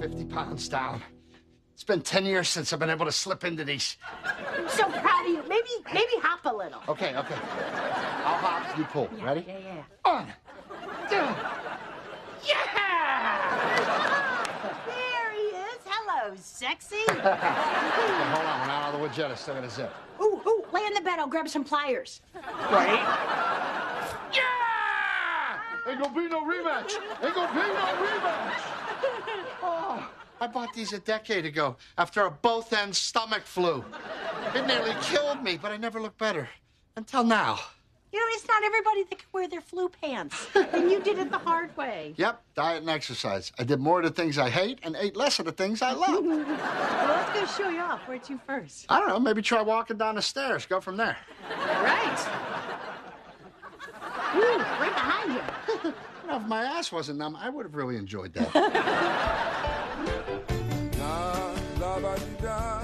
50 pounds down. It's been 10 years since I've been able to slip into these. I'm so proud of you. Maybe, maybe hop a little. Okay, okay. I'll hop, you pull. Ready? Yeah, yeah. On. Down. Yeah! There he is. Hello, sexy. Hold on, we're not out of the wood yet. It's still gonna zip. ooh, ooh, lay on the bed. I'll grab some pliers. Right? Yeah! Ain't gonna be no rematch. Ain't gonna be no rematch. Oh, I bought these a decade ago after a both end stomach flu. It nearly killed me, but I never looked better until now. You know, it's not everybody that can wear their flu pants. and you did it the hard way. Yep, diet and exercise. I did more of the things I hate and ate less of the things I love. Well, let's go show you off. Where to first? I don't know, maybe try walking down the stairs, go from there. Right. Ooh, right behind you. You know, if my ass wasn't numb, I would have really enjoyed that. La la ba di da.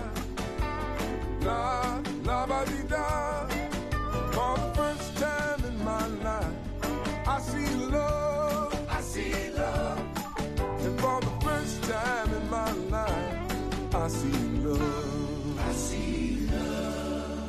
La la ba di da. For the first time in my life, I see love. I see love. And for the first time in my life, I see love. I see love.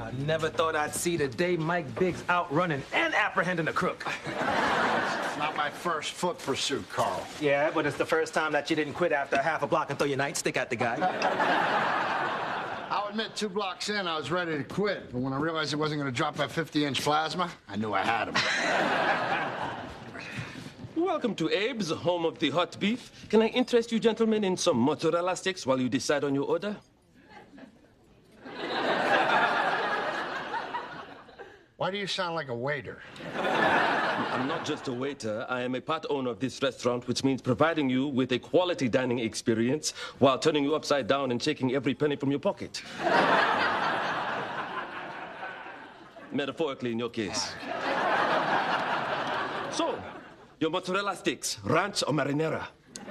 I never thought I'd see the day Mike Biggs outrunning and apprehending a crook. it's not my first foot pursuit, Carl. Yeah, but it's the first time that you didn't quit after half a block and throw your nightstick at the guy. I'll admit, two blocks in, I was ready to quit. But when I realized it wasn't going to drop that 50 inch plasma, I knew I had him. Welcome to Abe's, home of the hot beef. Can I interest you gentlemen in some mozzarella sticks while you decide on your order? Why do you sound like a waiter? I'm not just a waiter, I am a part owner of this restaurant, which means providing you with a quality dining experience while turning you upside down and shaking every penny from your pocket. Metaphorically, in your case. So, your mozzarella sticks, ranch or marinara?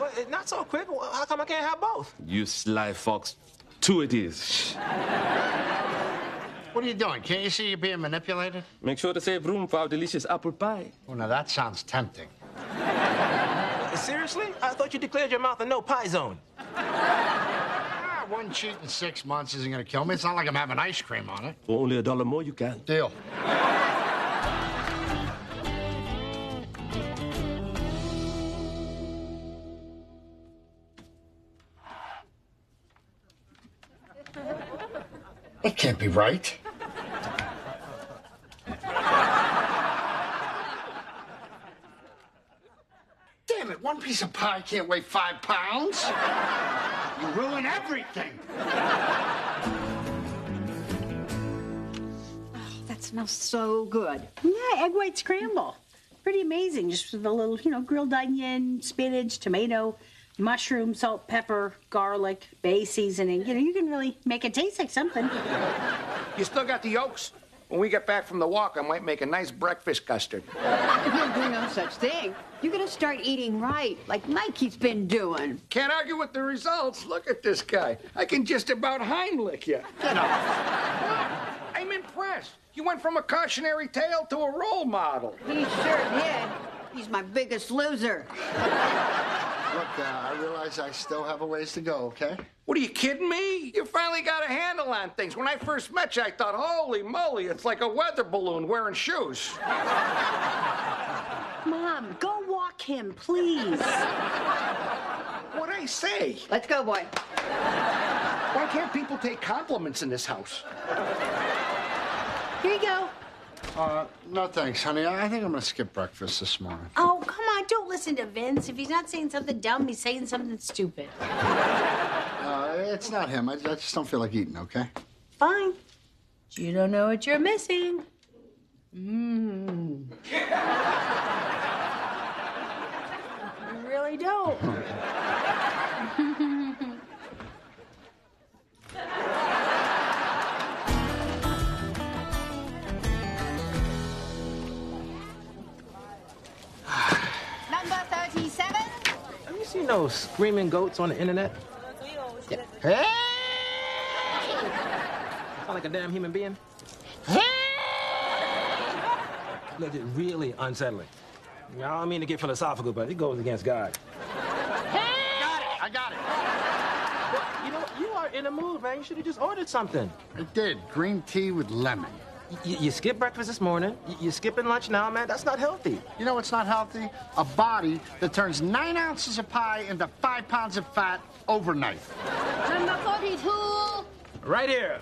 Well, eh, Not so quick. Well, How come I can't have both? You sly fox. Two it is. What are you doing? Can't you see you're being manipulated? Make sure to save room for our delicious apple pie. Oh, now that sounds tempting. Eh, Seriously? I thought you declared your mouth a no pie zone. Ah, one cheat in six months isn't going to kill me. It's not like I'm having ice cream on it. For only a dollar more, you can. Deal. That can't be right. Damn it, one piece of pie can't weigh five pounds. You ruin everything. That smells so good. Yeah, egg white scramble. Pretty amazing, just with a little, you know, grilled onion, spinach, tomato, mushroom, salt, pepper, garlic, bay seasoning. You know, you can really make it taste like something. You still got the yolks? When we get back from the walk, I might make a nice breakfast custard. You'll do no such thing. You're gonna start eating right, like Mikey's been doing. Can't argue with the results. Look at this guy. I can just about Heimlich you. Get up. I'm impressed. You went from a cautionary tale to a role model. He sure did. He's my biggest loser. Look, uh, I realize I still have a ways to go, okay? What are you kidding me? You finally got a handle on things. When I first met you, I thought, holy moly, it's like a weather balloon wearing shoes. Mom, go walk him, please. What'd I say? Let's go, boy. Why can't people take compliments in this house? Here you go. Uh, no thanks, honey. I I think I'm gonna skip breakfast this morning. Oh, come on, don't listen to Vince. If he's not saying something dumb, he's saying something stupid. Uh, it's not him. I, I just don't feel like eating, okay? Fine. You don't know what you're missing. Mm. Mmm. you really don't. Number 37. Have you seen those screaming goats on the internet? Hey! Sound like a damn human being? Look, it's really unsettling. You know, I don't mean to get philosophical, but it goes against God. Got it! I got it. You know, you are in a mood, man. You should have just ordered something. I did. Green tea with lemon. Y- y- you skipped breakfast this morning. Y- you're skipping lunch now, man. That's not healthy. You know what's not healthy? A body that turns nine ounces of pie into five pounds of fat overnight. Number 42. Right here.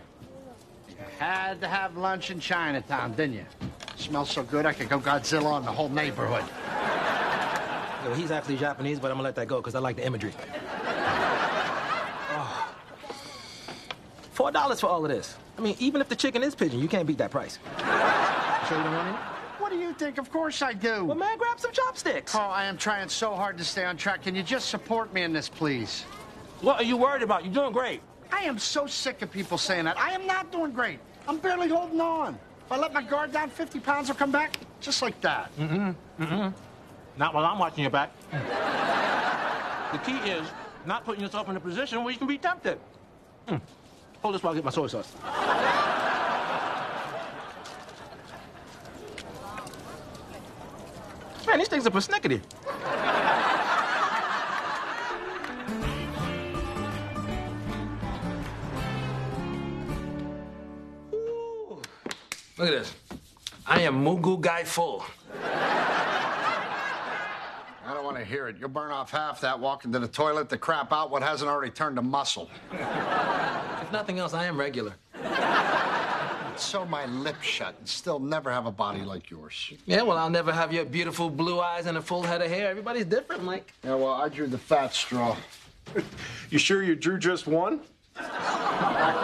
Had to have lunch in Chinatown, didn't you? Smells so good I could go Godzilla on the whole neighborhood. No, he's actually Japanese, but I'm gonna let that go because I like the imagery. Oh. Four dollars for all of this. I mean, even if the chicken is pigeon, you can't beat that price. You sure you don't want any? What do you think? Of course I do. Well, man, grab some chopsticks. Carl, I am trying so hard to stay on track. Can you just support me in this, please? What are you worried about? You're doing great. I am so sick of people saying that. I am not doing great. I'm barely holding on. If I let my guard down, 50 pounds will come back just like that. Not while I'm watching your back. the key is not putting yourself in a position where you can be tempted. Mm. Hold this while I get my soy sauce. Man, these things are persnickety. Ooh. Look at this. I am Mugu Guy Full. I don't want to hear it. You'll burn off half that walking to the toilet to crap out what hasn't already turned to muscle. If nothing else, I am regular. Sew my lips shut and still never have a body like yours. Yeah, well, I'll never have your beautiful blue eyes and a full head of hair. Everybody's different, Mike. Yeah, well, I drew the fat straw. You sure you drew just one? Back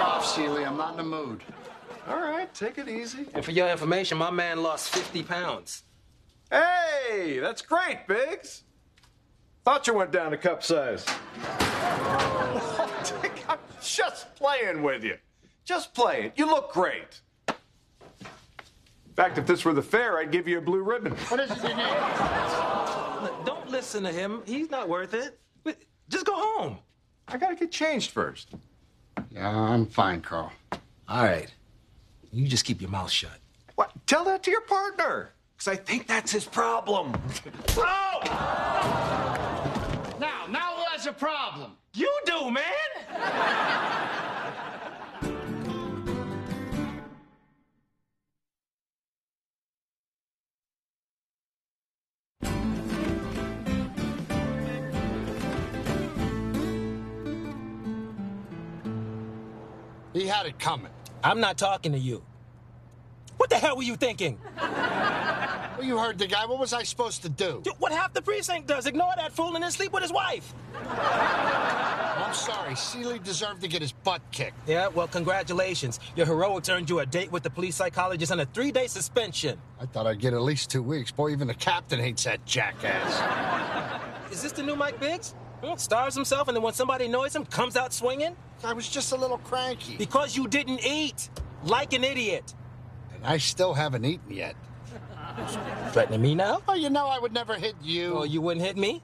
off, Celia. I'm not in the mood. All right, take it easy. And for your information, my man lost 50 pounds. Hey, that's great, Biggs. Thought you went down to cup size. What? I'm just playing with you. Just playing. You look great. In fact, if this were the fair, I'd give you a blue ribbon. What is it you need? Look, don't listen to him. He's not worth it. But Just go home. I gotta get changed first. Yeah, I'm fine, Carl. All right. You just keep your mouth shut. What? Tell that to your partner. Because I think that's his problem. oh! Now, now what's a problem? You do, man! He had it coming. I'm not talking to you. What the hell were you thinking? Well, you heard the guy. What was I supposed to do? Dude, what half the precinct does? Ignore that fool and then sleep with his wife. I'm sorry. Seeley deserved to get his butt kicked. Yeah, well, congratulations. Your heroics earned you a date with the police psychologist and a three day suspension. I thought I'd get at least two weeks. Boy, even the captain hates that jackass. Is this the new Mike Biggs? Hmm? Stars himself, and then when somebody annoys him, comes out swinging? I was just a little cranky. Because you didn't eat. Like an idiot. And I still haven't eaten yet. Threatening me now? Well, you know I would never hit you. Oh, you wouldn't hit me?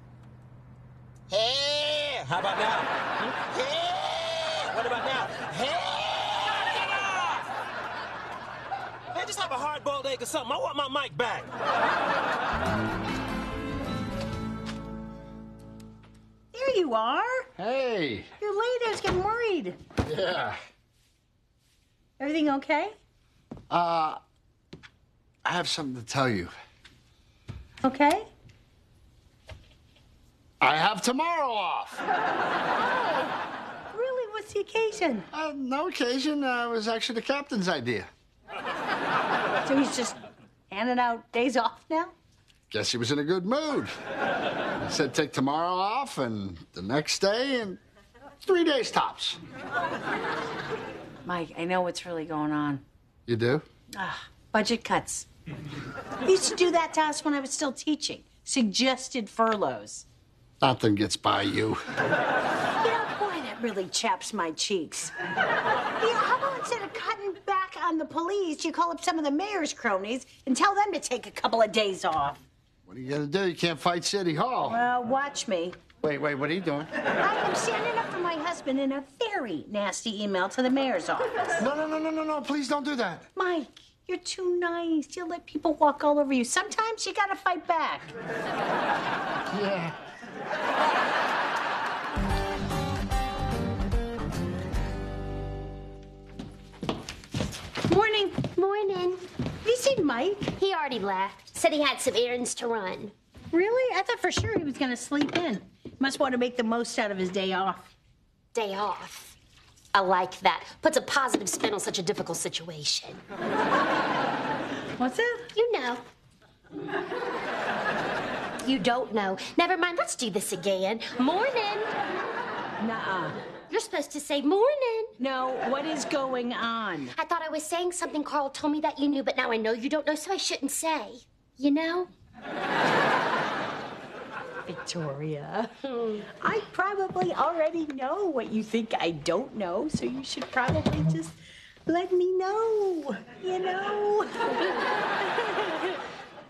Hey! How about now? Hmm? Hey! What about now? Hey! Get off! Man, just have a hard boiled egg or something. I want my mic back. There you are. Hey. You're late. I was getting worried. Yeah. Everything okay? Uh, I have something to tell you. Okay. I have tomorrow off. Really? What's the occasion? Uh, no occasion. Uh, it was actually the captain's idea. So he's just handing out days off now? Guess he was in a good mood. I said take tomorrow off and the next day and three days tops. Mike, I know what's really going on. You do? Budget cuts. They used to do that to us when I was still teaching. Suggested furloughs. Nothing gets by you. Yeah, boy, that really chaps my cheeks. Yeah, how about instead of cutting back on the police, you call up some of the mayor's cronies and tell them to take a couple of days off? What are you gonna do? You can't fight City Hall. Well, watch me. Wait, wait, what are you doing? I am standing up for my husband in a very nasty email to the mayor's office. No, no, no, no, no, no. Please don't do that. Mike, you're too nice. You'll let people walk all over you. Sometimes you gotta fight back. Yeah. Morning. Morning. Have you seen Mike? He already left. Said he had some errands to run. Really? I thought for sure he was gonna sleep in. Must want to make the most out of his day off. Day off. I like that. Puts a positive spin on such a difficult situation. What's that? You know. You don't know. Never mind. Let's do this again. Morning. Nuh-uh. You're supposed to say morning. No, what is going on? I thought I was saying something Carl told me that you knew, but now I know you don't know, so I shouldn't say. You know? Victoria. I probably already know what you think I don't know, so you should probably just let me know. You know?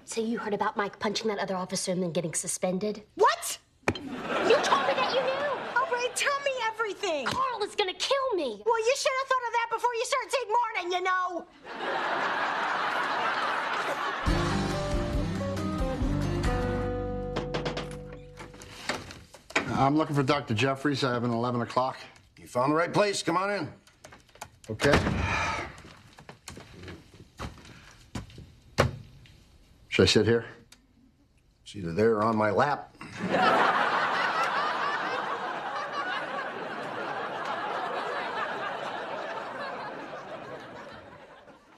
So you heard about Mike punching that other officer and then getting suspended? What? You told me that you knew. All right, tell me everything. Carl is gonna kill me. Well, you should have thought of that before you started saying morning, you know? I'm looking for Dr. Jeffries. I have an 11 o'clock. You found the right place. Come on in. Okay. Should I sit here? It's either there or on my lap.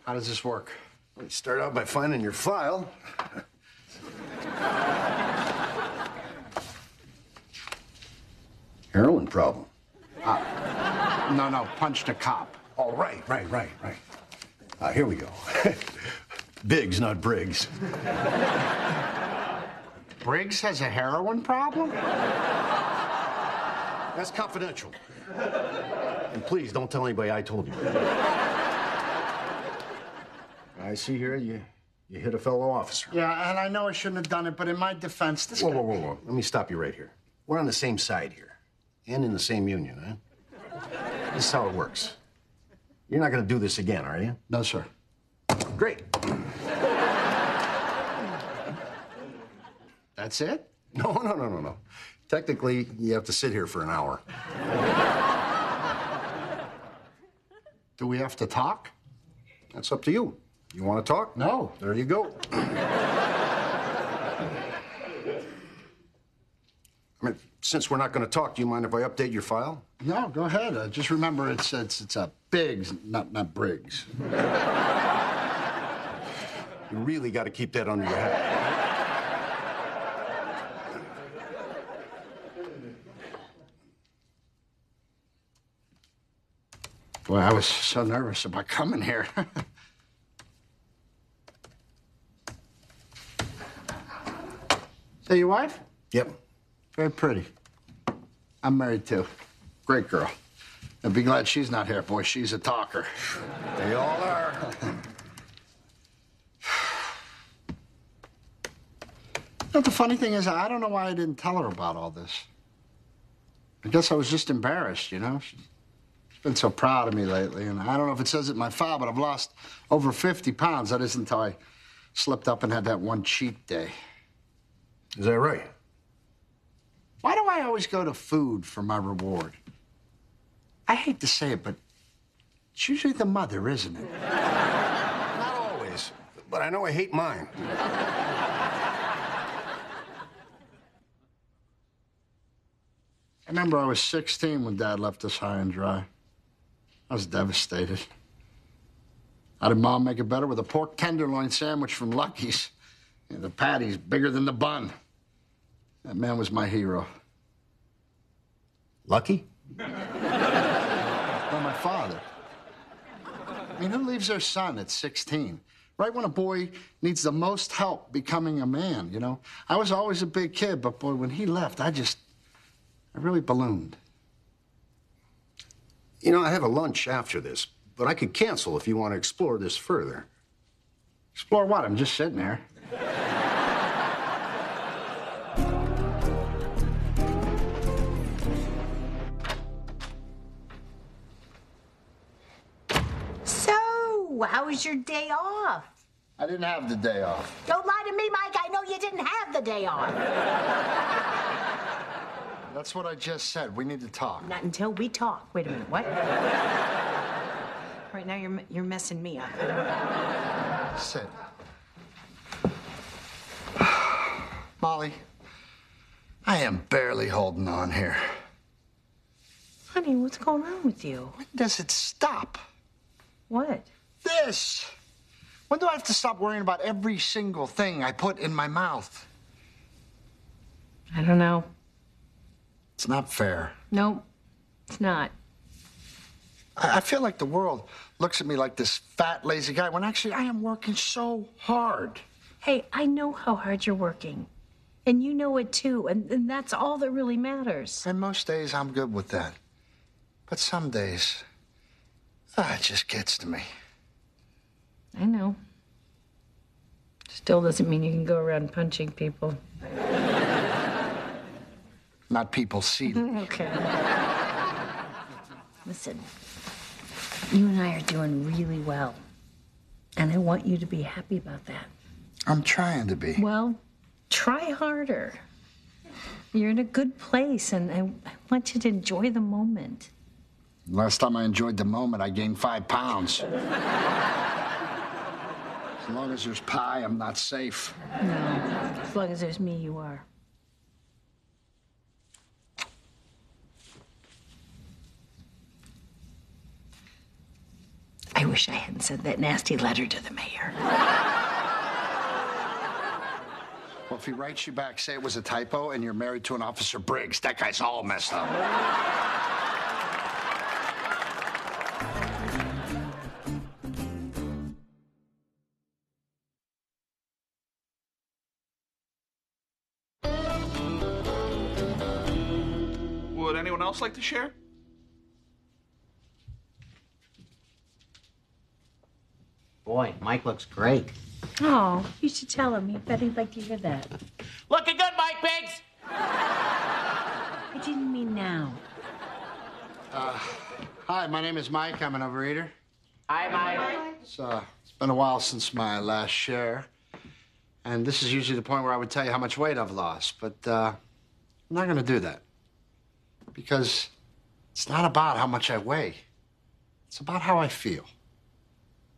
How does this work? We start out by finding your file. Heroin problem. Ah. No, no, punched a cop. All right, right, right, right. Uh, here we go. Biggs, not Briggs. Briggs has a heroin problem? That's confidential. And please don't tell anybody I told you. I see here you you hit a fellow officer. Yeah, and I know I shouldn't have done it, but in my defense, this Whoa, guy- whoa, whoa, whoa. Let me stop you right here. We're on the same side here. And in the same union, huh? This is how it works. You're not gonna do this again, are you? No, sir. Great. That's it? No, no, no, no, no. Technically, you have to sit here for an hour. Do we have to talk? That's up to you. You want to talk? No. There you go. I mean, since we're not going to talk, do you mind if I update your file? No, go ahead. Uh, just remember it's it's it's a Biggs, not not Briggs. You really got to keep that under your hat. Boy, I was so nervous about coming here. Is that your wife? Yep. Very pretty. I'm married too. Great girl. And be glad she's not here, boy. She's a talker. They all are. But the funny thing is, I don't know why I didn't tell her about all this. I guess I was just embarrassed, you know? She's been so proud of me lately, and I don't know if it says it in my file, but I've lost over 50 pounds. That isn't until I slipped up and had that one cheat day. Is that right? Why do I always go to food for my reward? I hate to say it, but it's usually the mother, isn't it? Not always. But I know I hate mine. I remember I was 16 when Dad left us high and dry. I was devastated. How did Mom make it better with a pork tenderloin sandwich from Lucky's? And the patty's bigger than the bun. That man was my hero. Lucky? Well, my father. I mean, who leaves their son at 16? Right when a boy needs the most help becoming a man, you know? I was always a big kid, but boy, when he left, I just, I really ballooned. You know, I have a lunch after this, but I could cancel if you want to explore this further. Explore what? I'm just sitting there. was your day off. I didn't have the day off. Don't lie to me, Mike. I know you didn't have the day off. That's what I just said. We need to talk. Not until we talk. Wait a minute. What? right now, you're you're messing me up. Sit. Molly, I am barely holding on here. Honey, what's going on with you? When does it stop? What? This. When do I have to stop worrying about every single thing I put in my mouth? I don't know. It's not fair. Nope, it's not. I, I feel like the world looks at me like this fat, lazy guy when actually I am working so hard. Hey, I know how hard you're working. And you know it too, and, and that's all that really matters. And most days I'm good with that. But some days, ah, it just gets to me. I know. Still doesn't mean you can go around punching people. Not people see that. okay. Listen, you and I are doing really well. And I want you to be happy about that. I'm trying to be. Well, try harder. You're in a good place, and I, I want you to enjoy the moment. Last time I enjoyed the moment, I gained five pounds. as long as there's pie, I'm not safe. No, as long as there's me, you are. I wish I hadn't sent that nasty letter to the mayor. Well, if he writes you back, say it was a typo and you're married to an officer Briggs. That guy's all messed up. Would anyone else like to share? Boy, Mike looks great. Oh, you should tell him. You bet he'd like to hear that. Looking good, Mike Biggs. I didn't mean now. Uh, hi, my name is Mike. I'm an overeater. Hi, Mike. It's, uh, it's been a while since my last share. And this is usually the point where I would tell you how much weight I've lost. But uh, I'm not going to do that. Because it's not about how much I weigh, it's about how I feel.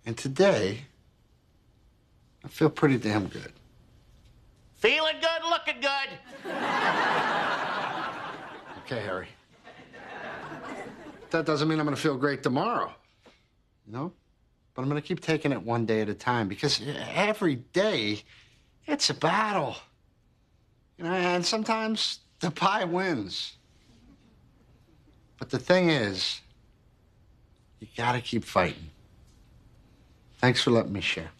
And today, I feel pretty damn good. Feeling good, looking good. Okay, Harry. That doesn't mean I'm going to feel great tomorrow, you know? But I'm going to keep taking it one day at a time because every day, it's a battle. You know, and sometimes the pie wins. But the thing is, you got to keep fighting. Thanks for letting me share.